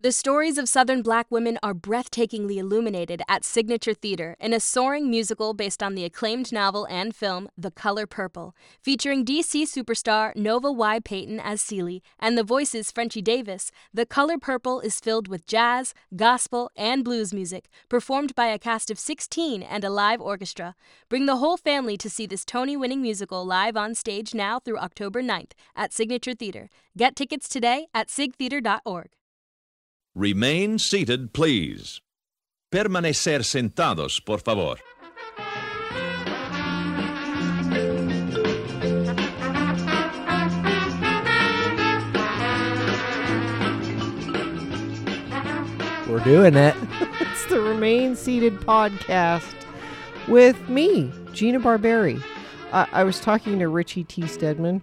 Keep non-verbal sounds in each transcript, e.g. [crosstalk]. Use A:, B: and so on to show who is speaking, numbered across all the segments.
A: The stories of Southern black women are breathtakingly illuminated at Signature Theater in a soaring musical based on the acclaimed novel and film The Color Purple, featuring DC superstar Nova Y. Payton as Celie and the voices Frenchie Davis. The Color Purple is filled with jazz, gospel, and blues music, performed by a cast of 16 and a live orchestra. Bring the whole family to see this Tony winning musical live on stage now through October 9th at Signature Theater. Get tickets today at sigtheater.org.
B: Remain seated, please. Permanecer sentados, por favor.
C: We're doing it.
D: It's the Remain Seated podcast with me, Gina Barberi. I, I was talking to Richie T. Stedman,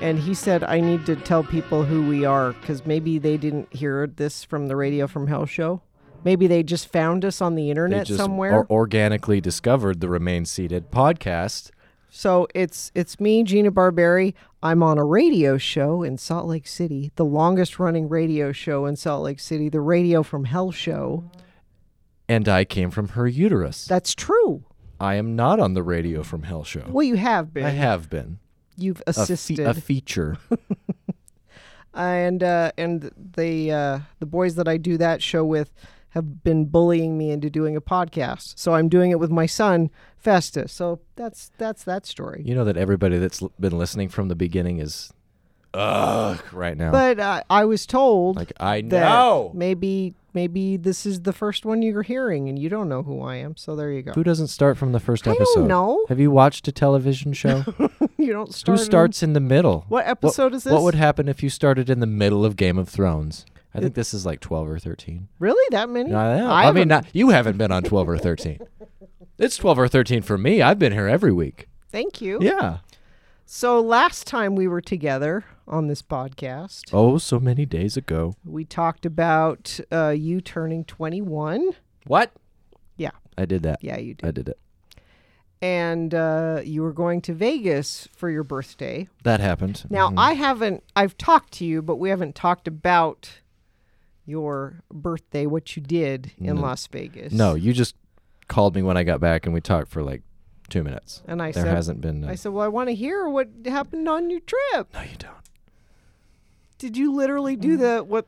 D: and he said I need to tell people who we are because maybe they didn't hear this from the Radio from Hell show. Maybe they just found us on the
C: They
D: internet
C: just
D: somewhere.
C: or- organically discovered the Remain Seated podcast.
D: So it's it's me, Gina Barberi. I'm on a radio show in Salt Lake City, the longest running radio show in Salt Lake City, the Radio from Hell show.
C: And I came from her uterus.
D: That's true.
C: I am not on the Radio from Hell show.
D: Well, you have been.
C: I have been.
D: You've
C: A, fe-
D: assisted.
C: a
D: [laughs]
C: feature.
D: and uh, and the uh, the boys that I do that show with have been bullying me into doing a podcast. So I'm doing it with my son Festus. So that's that's that story.
C: you know that everybody that's l- been listening from the beginning is ugh right now.
D: But uh, I was told
C: like I
D: that
C: know.
D: maybe maybe this is the first one you're hearing, and you don't know who I am. So there you go.
C: Who doesn't start from the first
D: I don't
C: episode?
D: know.
C: Have you watched a television
D: [laughs]
C: show?
D: [laughs] you don't start.
C: Who
D: in-
C: starts in the middle?
D: What episode
C: is
D: is this?
C: What would happen if you started in the middle of Game of Thrones? I think this is like 12 or 13.
D: Really, that many?
C: No, I, don't know. I mean,
D: haven't-
C: not, you haven't been on 12 or 13. It's 12 or 13 for me. I've been here every week.
D: Thank you.
C: Yeah.
D: So last time we were together on this podcast,
C: Oh, so many days ago.
D: we talked about uh, you turning 21.
C: What?
D: Yeah,
C: I did that.
D: yeah, you did.
C: I did it.
D: And uh, you were going to Vegas for your birthday.
C: That happened. Mm-hmm.
D: Now, I haven't, I've talked to you, but we haven't talked about your birthday, what you did in Las Vegas.
C: No, you just called me when I got back and we talked for like two minutes.
D: And I
C: there
D: said-
C: hasn't been. uh,
D: I said, well, I want to hear what happened on your trip.
C: no, you don't.
D: Did you literally
C: Mm.
D: do the what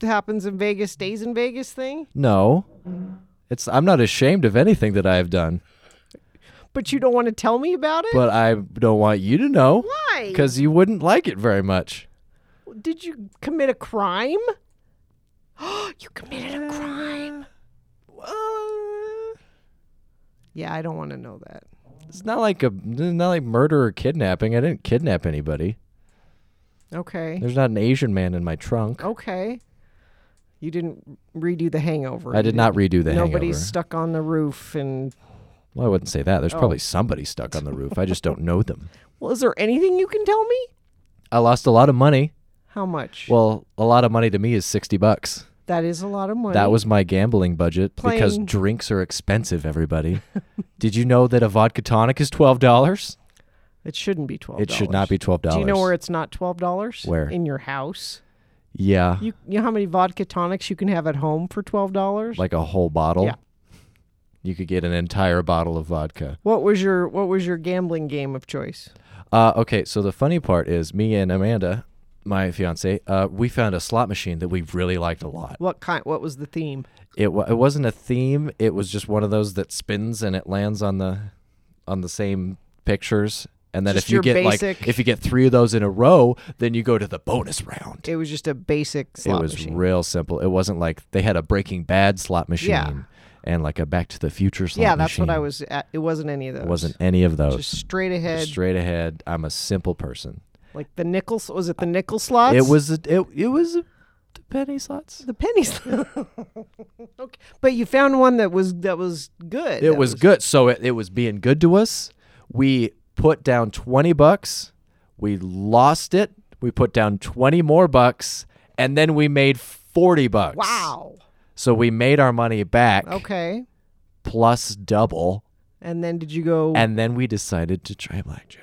D: happens in Vegas stays in Vegas thing?
C: No.
D: Mm-hmm.
C: It's, I'm not ashamed of anything that I have done.
D: But you don't want to tell me about it?
C: but I don't want you to know.
D: Why?
C: Because you wouldn't like it very much.
D: Did you commit a crime? [gasps] you committed
C: Um,
D: a crime. Yeah, I don't want to know that.
C: It's not like a not like murder or kidnapping. I didn't kidnap anybody.
D: Okay.
C: There's not an Asian man in my trunk.
D: Oh, Okay. You didn't redo the hangover.
C: I did not redo the
D: Nobody's
C: hangover.
D: stuck Oh. on the roof and
C: well, I wouldn't say that. There's probably somebody stuck on the roof. I just don't know them.
D: well, is there anything you can tell me?
C: I lost a lot of money.
D: How much?
C: Well, a lot of money to me is 60 bucks.
D: that is a lot of money.
C: That was my gambling budget because
D: Playing-
C: drinks are expensive,
D: [laughs]
C: everybody. did you know that a vodka tonic is $12?
D: it shouldn't be twelve.
C: It should not be $12.
D: Do you know where it's not twelve dollars?
C: Where?
D: in your house?
C: Yeah.
D: You you know how many vodka tonics you can have at home for twelve dollars?
C: like a whole bottle.
D: Yeah.
C: You could get an entire bottle of vodka.
D: What was your what was your gambling game of choice?
C: Uh, okay, so the funny part is, me and Amanda, my fiance, uh, we found a slot machine that we really liked a lot.
D: What kind? What was the theme?
C: It wa it wasn't a theme; it was just one of those that spins and it lands on the on the same pictures. And then
D: Just
C: if you
D: your
C: get
D: basic-
C: like if you get three of those in a row, then you go to the bonus round.
D: It was just a basic
C: It
D: slot
C: was
D: machine.
C: real simple. It wasn't like they had a Breaking Bad slot machine
D: Yeah.
C: and like a Back to the Future slot
D: yeah, that's what I
C: machine.
D: was. At. It wasn't any of those.
C: It wasn't any of those.
D: just straight ahead.
C: straight ahead. I'm a simple person.
D: Like the nickel, was it the nickel slots?
C: It was a, it it was a, the penny slots.
D: the penny slot. [laughs] okay, but you found one that was that was good.
C: It
D: that
C: was good. So it, it was being good to us. We put down 20 bucks. We lost it. We put down 20 more bucks and then we made 40 bucks.
D: wow.
C: So we made our money back
D: Okay,
C: plus double
D: and then did you go?
C: and then we decided to try blackjack.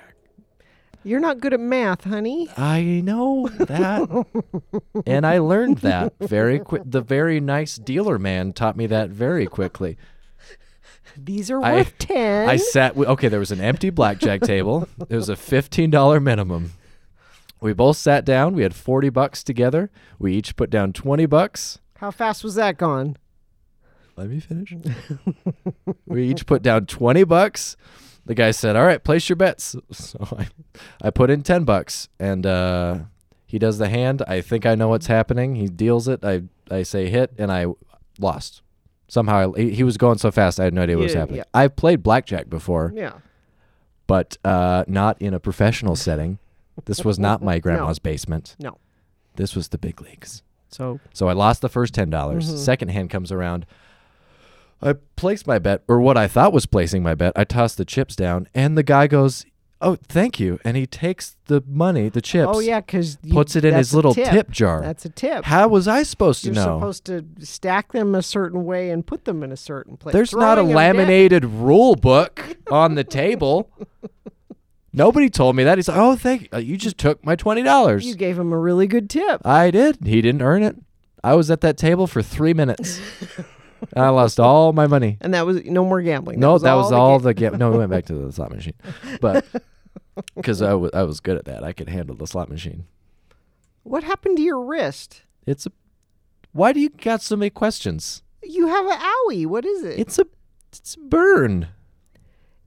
D: You're not good at math, honey.
C: I know
D: [laughs]
C: that. and I learned that very quick. The very nice dealer man taught me that very quickly.
D: These are
C: I-
D: worth 10.
C: I sat. wi- Okay, there was an empty blackjack table. It was a fifteen dollar minimum. We both sat down. We had forty bucks together. We each put down twenty bucks.
D: How fast was that gone?
C: Let me
D: [laughs]
C: finish. we each put down twenty bucks. The guy said, "All right, place your bets." [laughs] So I, I put in ten bucks, and uh, he does the hand. I think I know what's happening. He deals it. I I say hit, and I lost. Somehow I, he, he was going so fast, I had no idea what was
D: Yeah,
C: happening.
D: yeah.
C: I've played blackjack before.
D: Yeah.
C: but uh, not in a professional setting. This was not
D: [laughs]
C: my grandma's basement.
D: No.
C: This was the big leagues.
D: So
C: So I lost the first ten dollars.
D: Mm-hmm.
C: Second hand comes around. I placed my bet, or what I thought was placing my bet. I tossed the chips down, and the guy goes, "Oh, thank you," and he takes the money, the chips.
D: Oh yeah, because
C: puts it in his little tip, jar.
D: That's a tip.
C: How was I supposed to
D: You're
C: know?
D: supposed to stack them a certain way and put them in a certain place.
C: There's not a
D: Throwing 'em down-
C: laminated rule book on
D: [laughs]
C: the table. Nobody told me that. He's like, "Oh, thank you. Uh, You just took my twenty dollars."
D: You gave him a really good tip.
C: I did. He didn't earn it. I was at that table for three [laughs] minutes. I lost all my money.
D: And that was no more gambling.
C: no, that was all
D: the
C: the game. No, we went back to the slot [laughs] machine, but because I was I was good at that, I could handle the slot machine.
D: ga- What happened to your wrist?
C: It's a. Why do you got so many questions?
D: You have an owie. What is it?
C: It's a. It's a burn.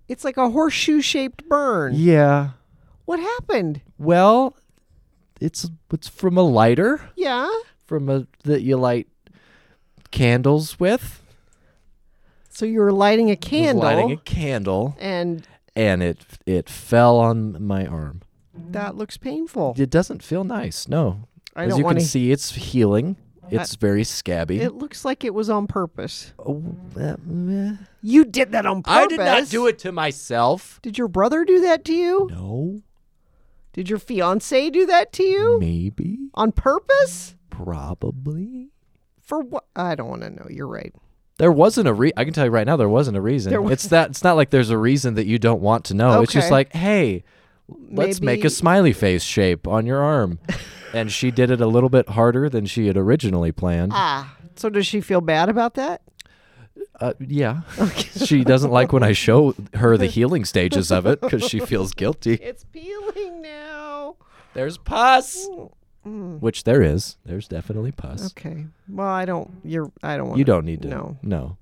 D: It's like a horseshoe shaped burn.
C: Yeah.
D: What happened?
C: Well, it's it's from a lighter
D: Yeah.
C: from a that you light candles with.
D: So you were lighting a
C: I was
D: candle
C: Lighting a candle,
D: and
C: and it it fell on my arm.
D: that looks painful.
C: It doesn't feel nice. No,
D: I
C: as
D: don't
C: you can
D: wanna-
C: see, it's healing. It's very scabby.
D: It looks like it was on purpose.
C: Oh, uh, meh.
D: You did that on purpose.
C: I did not do it to myself.
D: Did your brother do that to you?
C: No,
D: Did your fiance do that to you
C: maybe,
D: on purpose?
C: probably.
D: For what? I don't want to know. You're right.
C: There wasn't a re. I can tell you right now, there wasn't a reason.
D: There wa-
C: it's that. It's not like there's a reason that you don't want to know. It's just
D: Okay.
C: like, hey, let's make
D: Maybe-
C: a smiley face shape on your arm. and she did it a little bit harder than she had originally planned.
D: Ah, so does she feel bad about that?
C: Uh, yeah. [laughs] she doesn't like when I show her
D: [laughs]
C: the healing stages of it because she feels guilty.
D: It's peeling now.
C: There's pus, which there is. There's definitely pus.
D: Mm. Okay. Well, I don't. You're. I don't want.
C: You don't need to.
D: No.
C: No.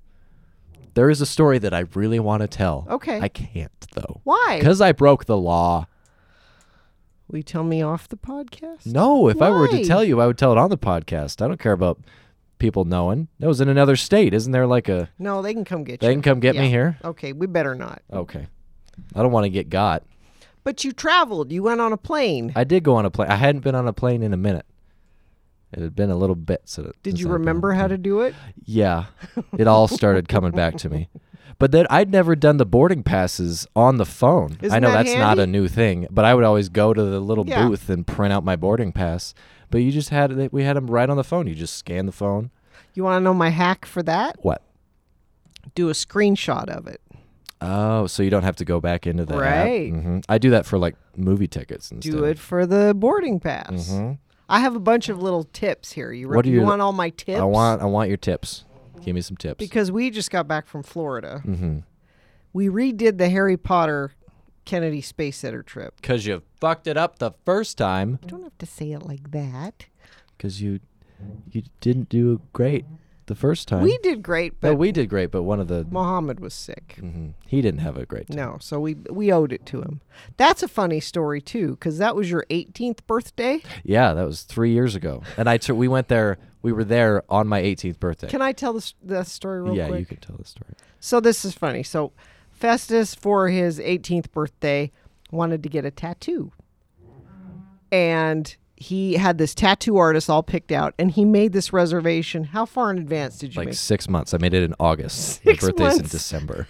C: There is a story that I really want to tell.
D: Okay.
C: I can't, though.
D: Why?
C: Because I broke the law.
D: Will you tell me off the podcast?
C: No, if I were to
D: Why?
C: tell you, I would tell it on the podcast. I don't care about people knowing. That was in another state. Isn't there like a.
D: No, they can come get you.
C: They can come get me
D: Yeah.
C: here?
D: Okay, we better not.
C: Okay. I don't want to get got.
D: But you traveled. You went on a plane.
C: I did go on a plane. I hadn't been on a plane in a minute. It had been a little bit since.
D: Did
C: since
D: you
C: I'd been on a
D: remember how
C: plane.
D: to do it?
C: Yeah, it all started coming back to
D: [laughs]
C: me. But then I'd never done the boarding passes on the phone. I
D: Isn't
C: know
D: that
C: that's not a
D: handy?
C: new thing, but I would always go to the little
D: Yeah.
C: booth and print out my boarding pass. But you just had it- we had them right on the phone. You just scan the phone.
D: You want to know my hack for that?
C: What?
D: Do a screenshot of it.
C: Oh, so you don't have to go back into the app.
D: Right.
C: Mhm. I do that for like movie tickets and stuff.
D: Do it for the boarding pass. I have a bunch of little tips here. You, re-
C: Mm-hmm. What do
D: you
C: you-
D: want all my tips?
C: I want I want your tips. Give me some tips.
D: because we just got back from Florida.
C: Mm-hmm.
D: We redid the Harry Potter Kennedy Space Center trip.
C: Because you fucked it up the first time.
D: You don't have to say it like that.
C: because you you didn't do great the first time.
D: We did great,
C: no,
D: but
C: we did great, but one of the
D: Mohammed was sick.
C: mhm, he didn't have a great time.
D: No, so we we owed it to him. That's a funny story too, because that was your 18th birthday.
C: Yeah, that was three years ago, and I took we went there. We were there on my 18th birthday.
D: Can I tell this the story real
C: yeah,
D: quick?
C: you can tell the story.
D: So this is funny. So Festus for his 18th birthday wanted to get a tattoo. And he had this tattoo artist all picked out and he made this reservation. How far in advance did you
C: Like
D: make?
C: six months. I made it in August.
D: [laughs]
C: My
D: Six
C: birthday's in
D: months. [laughs]
C: December.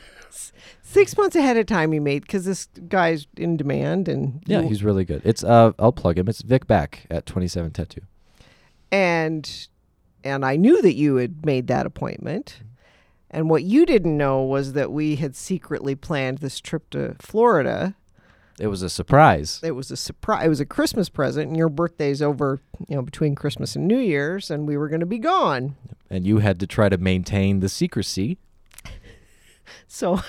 D: 6 months ahead of time he made cuz this guy's in demand and
C: Yeah,
D: you-
C: he's really good. It's uh, I'll plug him. It's Vic Back at 27 Tattoo.
D: and and I knew that you had made that appointment. And what you didn't know was that we had secretly planned this trip to Florida
C: It was a surprise.
D: It was a surprise. It was a Christmas present, and your birthday's over, you know, between Christmas and New Year's, and we were going to be gone.
C: And you had to try to maintain the secrecy.
D: So,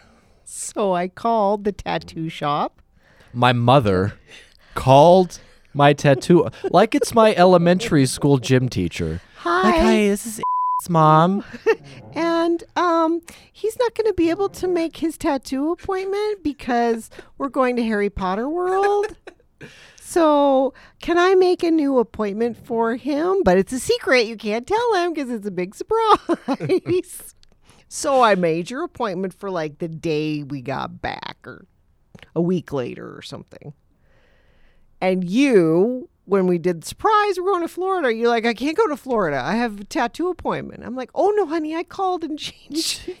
D: [laughs] so I called the tattoo shop.
C: My mother called my tattoo like it's my elementary school gym teacher.
D: Hi.
C: Like, hey, this is [laughs] mom.
D: And um, he's not going to be able to make his tattoo appointment because we're going to Harry Potter World. so, can I make a new appointment for him? But it's a secret. You can't tell him because it's a big surprise. [laughs] so, I made your appointment for like the day we got back or a week later or something. And you, when we did the surprise, we're going to Florida. You're like, I can't go to Florida. I have a tattoo appointment. I'm like, oh no, honey, I called and [laughs] changed.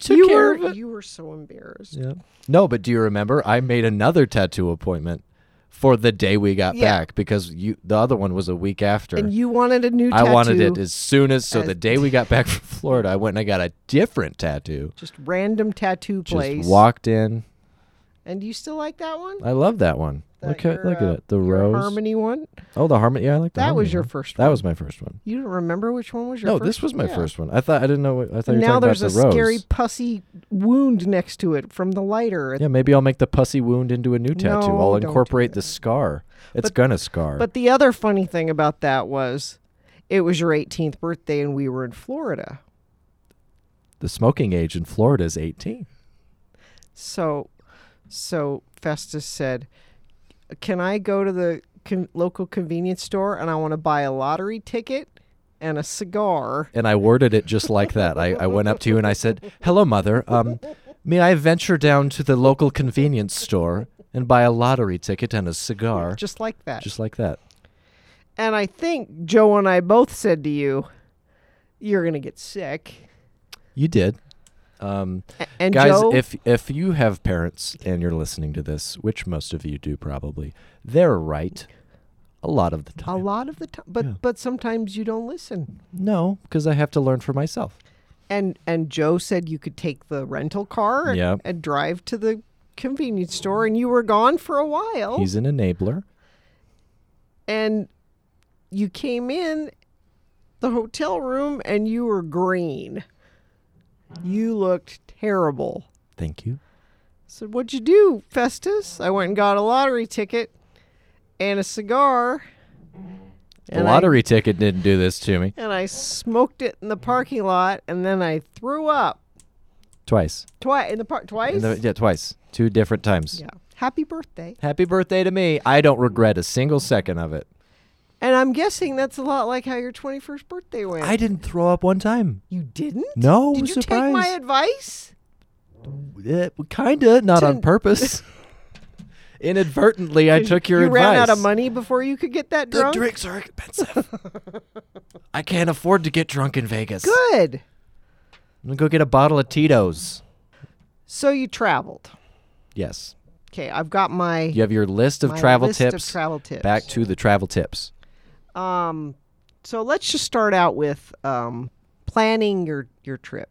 C: [laughs] took
D: you
C: care
D: were
C: of it.
D: you were so embarrassed.
C: Yeah. No, but do you remember I made another tattoo appointment for the day we got
D: Yeah.
C: back because you the other one was a week after.
D: And you wanted a new
C: I
D: tattoo.
C: wanted it as soon as so
D: as-
C: the day we got back [laughs] from Florida, I went and I got a different tattoo.
D: just random tattoo place.
C: Just walked in.
D: And you still like that one?
C: I love that one.
D: That
C: look at
D: your,
C: look
D: uh,
C: at it. The
D: your
C: rose.
D: harmony one.
C: Oh, the harmony. Yeah, I like the
D: That
C: harmony
D: was your
C: one.
D: first
C: That
D: one.
C: was my first one.
D: You don't remember which one was your
C: No,
D: first?
C: this was my
D: Yeah.
C: first one. I thought I didn't know. What, I thought you
D: And
C: were
D: now
C: talking
D: there's a
C: about the rose.
D: scary pussy wound next to it from the lighter.
C: Yeah, maybe I'll make the pussy wound into a new tattoo.
D: No,
C: I'll
D: don't do
C: incorporate the scar. It's gonna scar.
D: But the other funny thing about that was it was your 18th birthday and we were in Florida.
C: the smoking age in Florida is 18.
D: So so Festus said, "Can I go to the con- local convenience store and I want to buy a lottery ticket and a cigar?"
C: And I worded it just like that. I, I went up to you and I said, "Hello, mother. Um, may I venture down to the local convenience store and buy a lottery ticket and a cigar?" Just,
D: Just like that.
C: like that.
D: and I think Joe and I both said to you, "You're going to get sick."
C: You did. Um,
D: A- And
C: guys,
D: Joe,
C: if if you have parents and you're listening to this, which most of you do probably, they're right a lot of the time.
D: a lot of the time, but
C: Yeah.
D: but sometimes you don't listen.
C: No, because I have to learn for myself.
D: And and Joe said you could take the rental car and,
C: Yeah.
D: and drive to the convenience store, and you were gone for a while.
C: He's an enabler.
D: and you came in the hotel room and you were green. You looked terrible.
C: Thank you.
D: said, What'd you do, Festus? I went and got a lottery ticket and a cigar.
C: the
D: and I-
C: lottery ticket didn't do this to me
D: and I smoked it in the parking lot and then I threw up
C: twice.
D: twice in the park
C: And
D: twice.
C: the- yeah, twice. Two different times.
D: yeah. Happy birthday.
C: Happy birthday to me. I don't regret a single second of it.
D: And I'm guessing that's a lot like how your 21st birthday went.
C: I didn't throw up one time.
D: you didn't?
C: No,
D: Did you
C: surprise.
D: take my advice?
C: Eh, kinda, not on
D: Didn't- [laughs]
C: purpose. Inadvertently, I took your
D: you
C: advice.
D: ran out of money before you could get that
C: The
D: drunk.
C: drinks are expensive.
D: [laughs]
C: I can't afford to get drunk in Vegas.
D: Good.
C: I'm gonna go get a bottle of Tito's.
D: So you traveled.
C: Yes.
D: Okay, I've got my
C: You have your list of
D: my
C: travel
D: list
C: tips.
D: Of travel tips.
C: Back to the travel tips.
D: Um, so let's just start out with um, planning your your trip.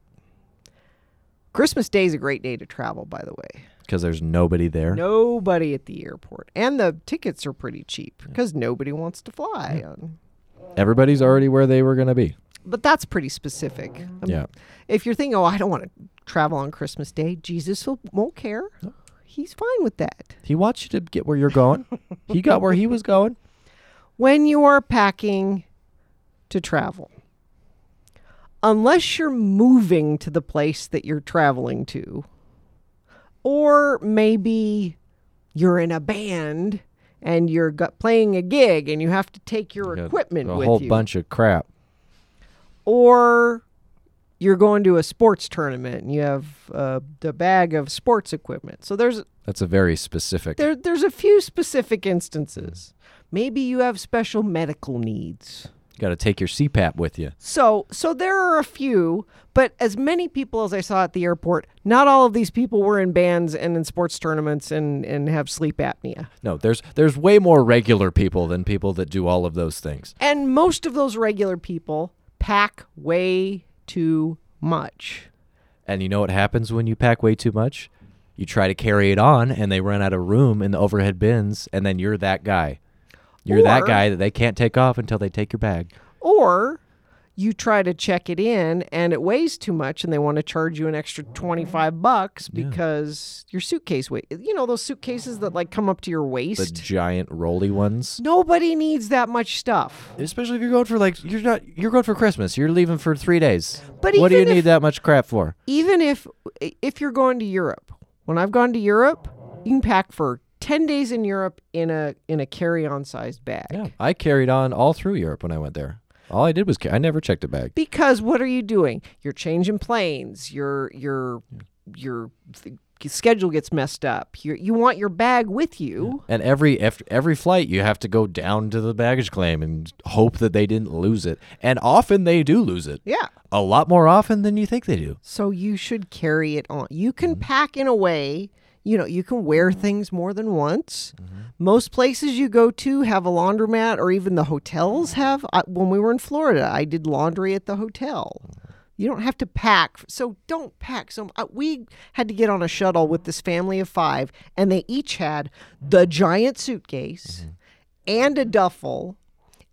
D: Christmas Day is a great day to travel, by the way.
C: Because there's nobody there.
D: Nobody at the airport, and the tickets are pretty cheap because nobody wants to fly. Um,
C: Everybody's already where they were gonna be.
D: But that's pretty specific. I mean,
C: Yeah.
D: If you're thinking, "Oh, I don't want to travel on Christmas Day," Jesus will, won't care. He's fine with that.
C: He wants you to get where you're going. he got where he was going.
D: when you are packing to travel, unless you're moving to the place that you're traveling to, or maybe you're in a band and you're go- playing a gig and you have to take your equipment
C: a
D: [laughs] with
C: whole
D: you,
C: bunch of crap.
D: or you're going to a sports tournament and you have uh, the bag of sports equipment. So there's
C: That's a very specific.
D: there, there's a few specific instances. Maybe you have special medical needs.
C: Got to take your CPAP with you.
D: So, so there are a few, but as many people as I saw at the airport, not all of these people were in bands and in sports tournaments and and have sleep apnea.
C: No, there's there's way more regular people than people that do all of those things.
D: And most of those regular people pack way too much.
C: And you know what happens when you pack way too much? you try to carry it on and they run out of room in the overhead bins and then you're that guy. You're that
D: Or-
C: guy that they can't take off until they take your bag.
D: Or you try to check it in and it weighs too much and they want to charge you an extra 25 bucks because your suitcase weight. You know those suitcases that like come up to your
C: The
D: waist?
C: giant roly ones.
D: Nobody needs that much stuff.
C: Especially if you're going for like you're not you're going for Christmas. You're leaving for three days.
D: But
C: what do you
D: even if-
C: need that much crap for?
D: Even if if you're going to Europe. When I've gone to Europe, you can pack for 10 days in Europe in a in a carry-on sized bag.
C: Yeah, I carried on all through Europe when I went there. All I did was ca- I never checked a bag.
D: Because what are you doing? You're changing planes. Your your your th- schedule gets messed up. You you want your bag with you.
C: And every after every flight, you have to go down to the baggage claim and hope that they didn't lose it. And often they do lose it.
D: Yeah.
C: A lot more often than you think they do.
D: So you should carry it on. You can pack in a way, you know, you can wear things more than once. Most places you go to have a laundromat or even the hotels have. I, when we were in Florida, I did laundry at the hotel. You don't have to pack. So don't pack. So uh, we had to get on a shuttle with this family of 5 and they each had the giant suitcase and a duffel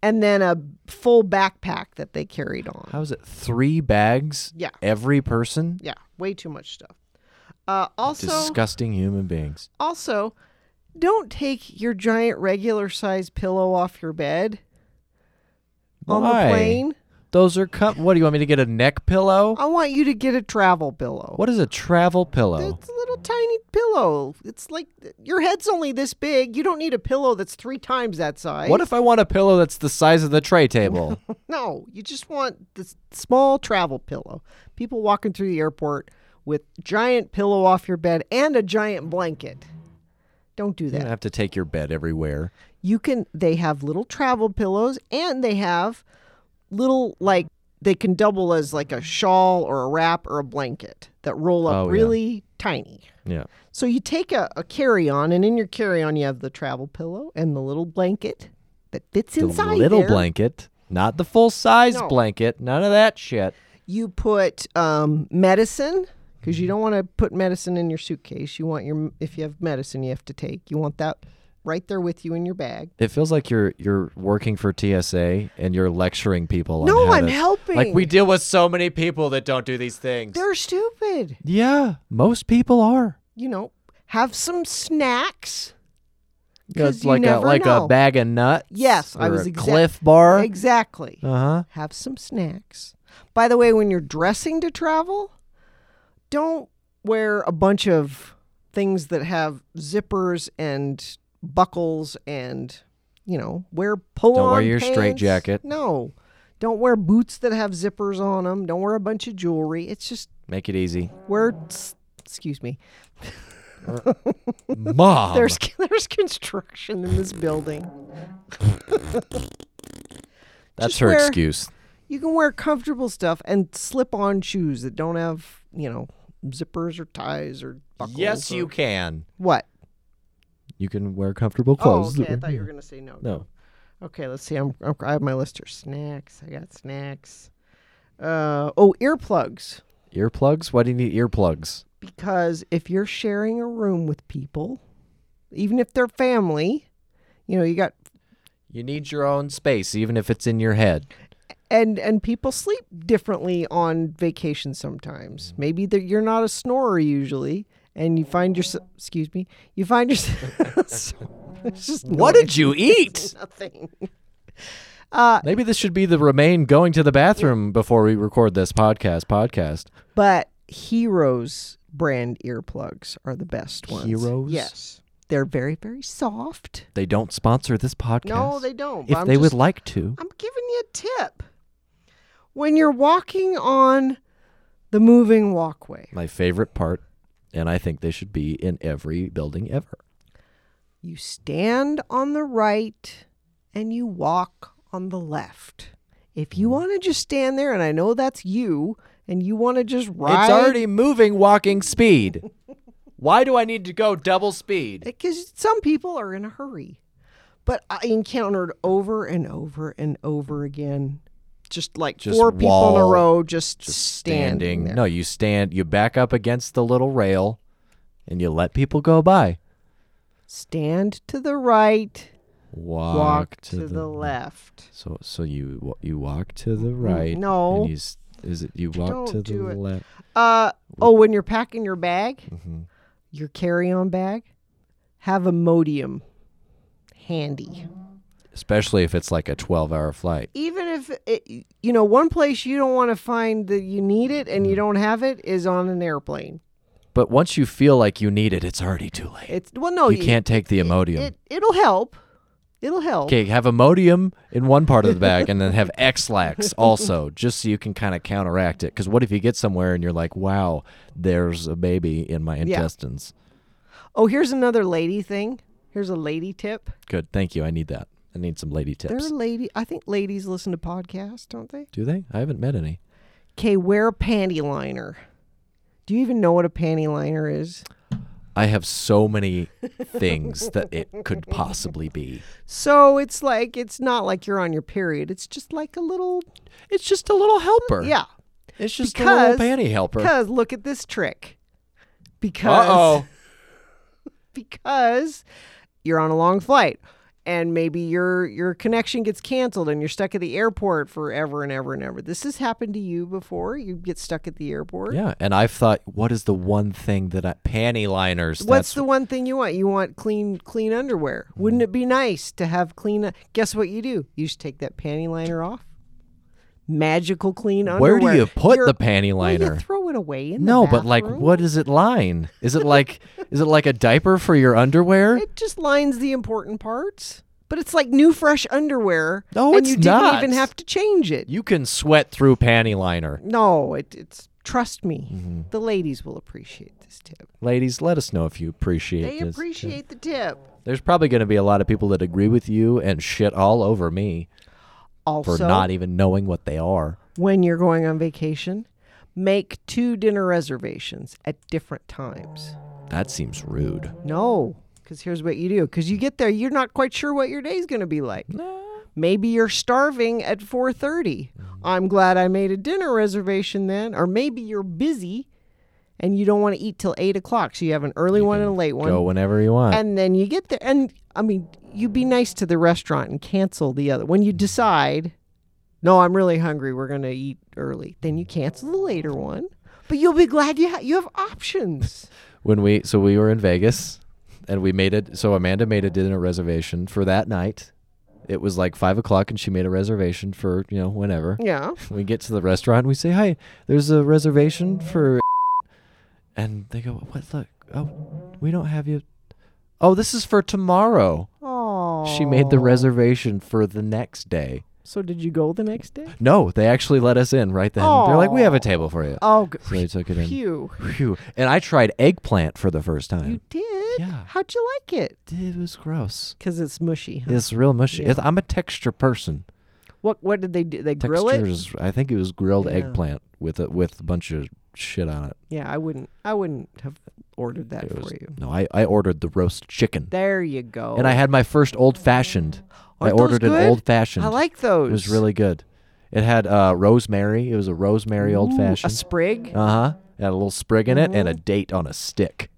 D: and then a full backpack that they carried on.
C: How is it? Three bags.
D: Yeah.
C: Every person.
D: Yeah, way too much stuff. Uh, also,
C: Disgusting human beings.
D: also, don't take your giant regular size pillow off your bed on
C: Why?
D: the plane. Oh.
C: Those are com- What do you want me to get a neck pillow?
D: I want you to get a travel pillow.
C: What is a travel pillow?
D: It's a little tiny pillow. It's like your head's only this big. You don't need a pillow that's three times that size.
C: What if I want a pillow that's the size of the tray table?
D: [laughs] No, you just want the s- small travel pillow. People walking through the airport with giant pillow off your bed and a giant blanket. Don't do
C: you
D: that.
C: don't have to take your bed everywhere.
D: you can they have little travel pillows and they have little like they can double as like a shawl or a wrap or a blanket that roll up
C: Oh, yeah.
D: really tiny
C: Yeah.
D: so you take a, a carry-on and in your carry-on you have the travel pillow and the little blanket that fits
C: The
D: inside
C: little
D: there.
C: blanket, not the full size
D: No.
C: blanket. None of that shit.
D: you put um, medicine because
C: Mm-hmm.
D: you don't want to put medicine in your suitcase you want your if you have medicine you have to take you want that right there with you in your bag
C: It feels like you're you're working for TSA and you're lecturing people.
D: No,
C: on how
D: I'm
C: to-
D: helping.
C: Like we deal with so many people that don't do these things.
D: they're stupid
C: yeah, most people are.
D: you know, have some snacks. 'Cause
C: It's
D: you
C: like
D: never
C: a like
D: know.
C: a bag of nuts.
D: Yes, I
C: or
D: was
C: a
D: exact-
C: Cliff Bar.
D: Exactly.
C: uh huh.
D: Have some snacks. By the way, when you're dressing to travel, don't wear a bunch of things that have zippers and buckles and, you know, wear pull
C: Don't wear your straitjacket.
D: No. Don't wear boots that have zippers on them. Don't wear a bunch of jewelry. It's just
C: Make it easy,
D: [laughs] wear, excuse me,
C: Mom.
D: There's [laughs] there's construction in this building.
C: That's
D: just
C: her
D: wear-
C: excuse.
D: you can wear comfortable stuff and slip on shoes that don't have, you know, zippers or ties or buckles.
C: Yes, you
D: or-
C: can.
D: What?
C: You can wear comfortable
D: Oh,
C: clothes.
D: okay. I thought you were going to say no.
C: [laughs] No.
D: Okay, let's see. I'm, I'm, I have my list here. Snacks. I got snacks. Uh, oh, earplugs.
C: Earplugs? Why do you need earplugs?
D: Because if you're sharing a room with people, even if they're family, you know, you got
C: You need your own space, even if it's in your head.
D: and and people sleep differently on vacation sometimes. Maybe that you're not a snorer usually, and you find yourself. Excuse me. You find [laughs] yourself. just
C: What did you eat?
D: [laughs] nothing?
C: Maybe this should be the remain going to the bathroom before we record this podcast. Podcast.
D: But Heroes brand earplugs are the best ones.
C: Heroes?
D: Yes, they're very very soft.
C: They don't sponsor this podcast.
D: No, they don't.
C: If
D: but I'm
C: they would
D: just-
C: like to,
D: I'm giving you a tip. When you're walking on the moving walkway,
C: my favorite part, and I think they should be in every building ever.
D: You stand on the right and you walk on the left. If you want to just stand there, and I know that's you, and you want to just ride.
C: It's already moving walking
D: [laughs]
C: speed. Why do I need to go double speed?
D: Because some people are in a hurry. But I encountered over and over and over again, just like
C: Just
D: four people in a
C: wall,
D: row just,
C: Just
D: standing.
C: standing.
D: there.
C: No, you stand. You back up against the little rail, and you let people go by.
D: Stand to the right,
C: Walk,
D: walk, to, the, left.
C: So so you wa- you walk to the right.
D: no.
C: And you, s- is it you walk
D: Don't
C: to the
D: do it.
C: left?
D: Uh oh, when you're packing your bag,
C: Mhm.
D: your carry-on bag, have Imodium handy.
C: Especially if it's like a twelve-hour flight.
D: Even if it, you know one place you don't want to find that you need it and
C: Mm-hmm.
D: you don't have it is on an airplane.
C: But once you feel like you need it, it's already too late.
D: It's well, no,
C: you can't take the Imodium.
D: It, it'll help. It'll help.
C: Okay, have Imodium in one part of the bag and then have
D: [laughs]
C: X-Lax also, just so you can kind of counteract it. Because what if you get somewhere and you're like, wow, there's a baby in my intestines?
D: Oh, here's another lady thing. Here's a lady tip.
C: Good, thank you. I need that. I need some lady
D: There
C: tips.
D: are lady. I think ladies listen to podcasts, don't they?
C: Do they? I haven't met any.
D: Okay, wear a panty liner. Do you even know what a panty liner is?
C: I have so many things that it could possibly be.
D: So it's like it's not like you're on your period. It's just like a little
C: It's just a little helper.
D: yeah.
C: It's just a
D: Because
C: little panty helper.
D: because look at this trick. Because
C: Uh-oh.
D: [laughs] because you're on a long flight and maybe your your connection gets canceled and you're stuck at the airport forever and ever and ever. This has happened to you before. You get stuck at the airport.
C: Yeah, and I've thought, what is the one thing that I... Panty liners.
D: What's
C: that's-
D: the one thing you want? You want clean clean underwear. Wouldn't it be nice to have clean uh, Guess what you do? You just take that panty liner off. Magical clean
C: Where
D: underwear.
C: do you put
D: You're-
C: the panty
D: Well, you
C: liner?
D: throw it away in the
C: No, but like,
D: bathroom.
C: what is it line? Is it like, is it like a diaper for your underwear?
D: [laughs] It just lines the important parts. But it's like new fresh underwear.
C: No,
D: and
C: it's
D: you
C: not.
D: didn't even have to change it.
C: You can sweat through panty liner.
D: No, it, it's trust me.
C: Mm-hmm.
D: The ladies will appreciate this tip.
C: Ladies, let us know if you appreciate
D: They
C: this.
D: appreciate the tip.
C: There's probably going to be a lot of people that agree with you and shit all over me for
D: Also,
C: not even knowing what they are.
D: when you're going on vacation, make two dinner reservations at different times.
C: That seems rude.
D: No, because here's what you do. Because you get there, you're not quite sure what your day's going to be like. Maybe you're starving at 4:30. I'm glad I made a dinner reservation then. Or maybe you're busy, and you don't want to eat till eight o'clock, so you have an early one and a late one.
C: Go whenever you want.
D: and then you get there and i mean you be nice to the restaurant and cancel the other
C: Mm-hmm.
D: when you decide no i'm really hungry we're going to eat early then you cancel the later one but you'll be glad you, ha- you have
C: [laughs]
D: options
C: when we so we were in Vegas and we made it so Amanda made a dinner reservation for that night. It was like five o'clock and she made a reservation for, you know, whenever.
D: yeah
C: We get to the restaurant. We say, "Hi, there's a reservation for," and they go, "What the? Oh, we don't have you." Oh, this is for tomorrow.
D: oh
C: She made the reservation for the next day.
D: so did you go the next day
C: No, they actually let us in right then. They're like, "We have a table for you."
D: oh good.
C: So they took it in.
D: phew
C: Phew. And I tried eggplant for the first time.
D: you did
C: Yeah.
D: how'd you like it
C: It was gross.
D: because it's mushy huh?
C: It's real mushy.
D: Yeah.
C: It's- I'm a texture person.
D: what what did they do they grill it
C: Textures. I think it was grilled
D: Yeah.
C: eggplant with a, with a bunch of shit on it.
D: yeah i wouldn't i wouldn't have ordered that
C: It
D: for
C: was-
D: you
C: No, I, I ordered the roast chicken.
D: there you go
C: And I had my first old fashioned. I
D: Aren't those
C: ordered an
D: good?
C: old fashioned.
D: i like those
C: it. was really good. It had uh, rosemary. It was a rosemary old
D: a
C: fashioned.
D: sprig
C: uh huh. Had a little sprig in it and a date on a stick.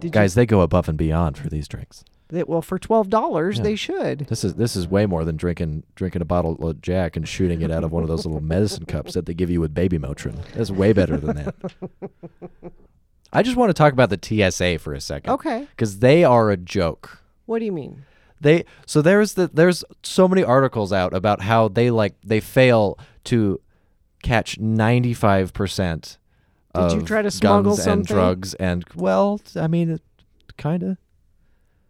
D: Did you-
C: Guys, they go above and beyond for these drinks.
D: That well, for twelve dollars,
C: Yeah.
D: they should.
C: This is this is way more than drinking drinking a bottle of Jack and shooting it out of one of those little medicine cups that they give you with baby Motrin. That's way better than that. I just want to talk about the TSA for a second.
D: Okay.
C: Because they are a joke.
D: What do you mean?
C: They so there's the there's so many articles out about how they like they fail to catch ninety five percent.
D: Did you try to smuggle
C: guns
D: something?
C: and drugs and well, I mean, kind of.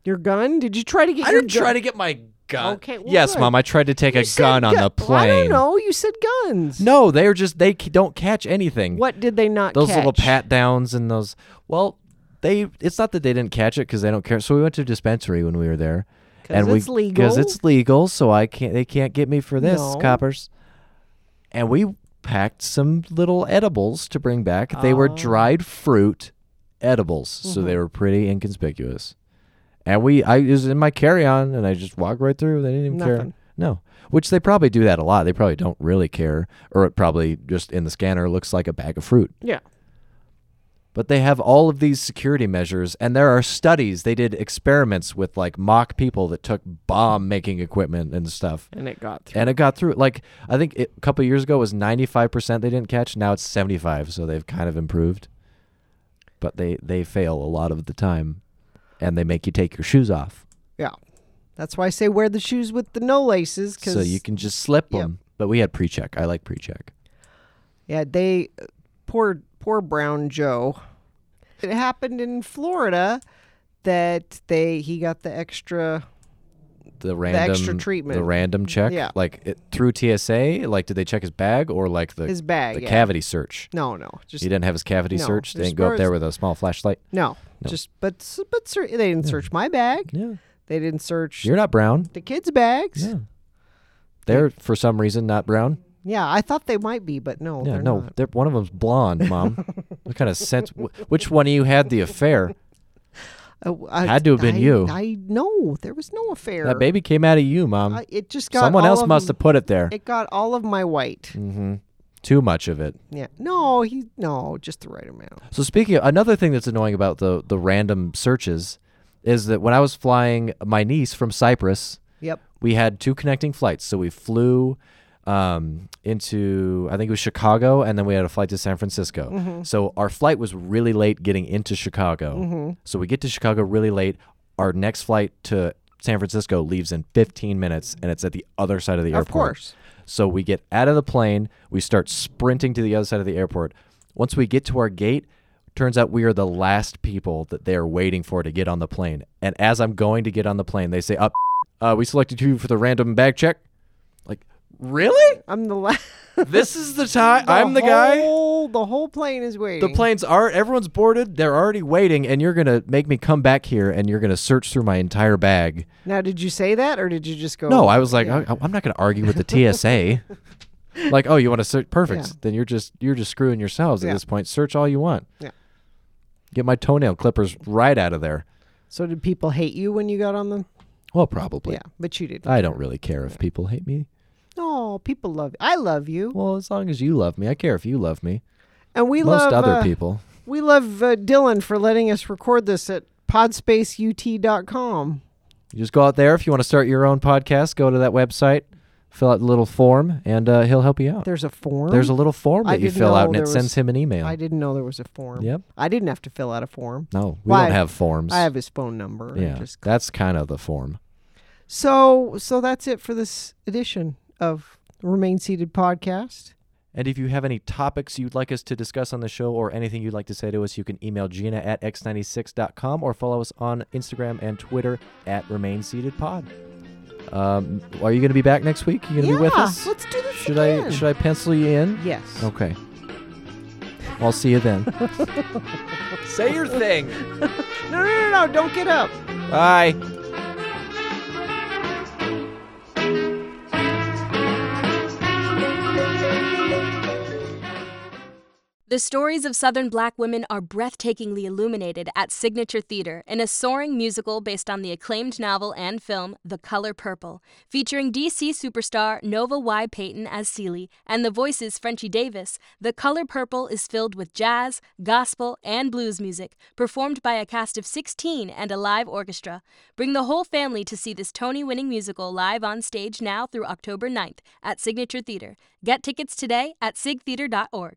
D: Your gun? Did you try to get?
C: I
D: your
C: didn't
D: gun?
C: try to get my gun.
D: Okay, well,
C: yes,
D: good.
C: mom. I tried to take
D: You
C: a
D: said
C: gun on
D: gu-
C: the
D: Well, I
C: plane.
D: don't know. You said guns.
C: No, they're just they c- don't catch anything.
D: What did they not?
C: Those little
D: catch?
C: pat downs and those. Well, they. It's not that they didn't catch it because they don't care. So we went to a dispensary when we were there,
D: 'Cause
C: and we
D: it's legal.
C: it's legal. So I can't. They can't get me for this,
D: No.
C: coppers. And we packed some little edibles to bring back. They
D: Oh.
C: were dried fruit edibles, so
D: Mm-hmm.
C: they were pretty inconspicuous. And we, I it was in my carry on, and I just walked right through. They didn't even care.
D: Nothing.
C: No, which they probably do that a lot. They probably don't really care, or it probably just in the scanner looks like a bag of fruit.
D: Yeah.
C: But they have all of these security measures, and there are studies. They did experiments with like mock people that took bomb making equipment and stuff.
D: and it got through.
C: And it got through. Like, I think it, a couple years ago it was 95% they didn't catch. Now it's 75 so they've kind of improved. But they, they fail a lot of the time, and they make you take your shoes off.
D: yeah, that's why I say wear the shoes with the no laces. Cause
C: So you can just slip
D: Yep.
C: them. But we had pre check. I like pre check.
D: Yeah, they poor poor Brown Joe. It happened in Florida that they he got the extra
C: the random
D: extra treatment.
C: the random check
D: Yeah.
C: like it, through TSA like did they check his bag or like the
D: his bag.
C: the
D: yeah.
C: cavity search
D: No, no, just
C: he didn't have his cavity
D: No,
C: search they
D: as
C: didn't go
D: far
C: up there
D: as-
C: with a small flashlight
D: no, just but s- but cer- they didn't search my bag.
C: yeah
D: They didn't search
C: you're not brown
D: the kids' bags.
C: yeah they're for some reason not brown
D: Yeah, I thought they might be, but no,
C: yeah
D: they're
C: no
D: not.
C: they're, one of them's blonde
D: [laughs]
C: mom what kind of sense wh- which one of you had the affair
D: Uh, I-
C: Had to have been
D: I-
C: you.
D: I know there was no affair.
C: that baby came out of you mom
D: I- it just got
C: someone
D: all
C: else
D: of
C: must
D: m-
C: have put it there
D: It got all of my white.
C: hmm too much of it
D: Yeah, no, he no, just the right amount.
C: So speaking of another thing that's annoying about the the random searches is that when I was flying my niece from Cyprus,
D: Yep.
C: we had two connecting flights. So we flew um, into I think it was Chicago, and then we had a flight to San Francisco. So our flight was really late getting into Chicago. So we get to Chicago really late. Our next flight to San Francisco leaves in 15 minutes, and it's at the other side of the airport.
D: Of course.
C: So we get out of the plane, we start sprinting to the other side of the airport. Once we get to our gate, turns out we are the last people that they are waiting for to get on the plane. And as I'm going to get on the plane, they say, "Up, uh, we selected you for the random bag check." Like, really?
D: I'm [laughs] the last.
C: this is the time? I'm the guy.
D: whole- the whole plane is waiting.
C: The planes are everyone's boarded. They're already waiting, and you're gonna make me come back here, and you're gonna search through my entire bag.
D: Now, did you say that, or did you just go?
C: No, I was like, I, I'm not going to argue with the
D: [laughs]
C: TSA. like, oh, you want to search? Perfect.
D: Yeah.
C: Then you're just you're just screwing yourselves at
D: Yeah.
C: this point. Search all you want.
D: Yeah.
C: Get my toenail clippers right out of there.
D: So did people hate you when you got on them?
C: Well, probably.
D: yeah, but you didn't.
C: I don't really care if people hate me.
D: No, people love. I love you,
C: Well, as long as you love me, I care if you love me.
D: and we
C: Most
D: love
C: other
D: uh,
C: people.
D: We love uh, Dylan for letting us record this at podspaceu.com.
C: You just go out there if you want to start your own podcast. Go to that website, fill out the little form, and uh, he'll help you out.
D: There's a form.
C: There's a little form
D: I
C: that you
D: didn't
C: fill
D: know
C: out, and it
D: there
C: sends
D: was-
C: him an email.
D: I didn't know there was a form.
C: Yep.
D: I didn't have to fill out a form.
C: No, we
D: Well,
C: don't
D: I-
C: have forms.
D: I have his phone number. I
C: yeah,
D: just-
C: that's kind of the form.
D: so so that's it for this edition of Remain Seated podcast.
C: And if you have any topics you'd like us to discuss on the show or anything you'd like to say to us, you can email Gina at x96.com or follow us on Instagram and Twitter at Remain Seated Pod. Um, are you going to be back next week? You going to
D: yeah,
C: be with us?
D: let's do this
C: should
D: again.
C: I should I pencil you in?
D: Yes.
C: Okay. I'll see you
D: [laughs]
C: then. say your thing.
D: No, no, no, no! Don't get up.
C: Bye.
A: The stories of Southern black women are breathtakingly illuminated at Signature Theater in a soaring musical based on the acclaimed novel and film The Color Purple, featuring DC superstar Nova Y. Payton as Celie and the voices Frenchie Davis. The Color Purple is filled with jazz, gospel, and blues music, performed by a cast of 16 and a live orchestra. Bring the whole family to see this Tony winning musical live on stage now through October 9th at Signature Theater. Get tickets today at sigtheater.org.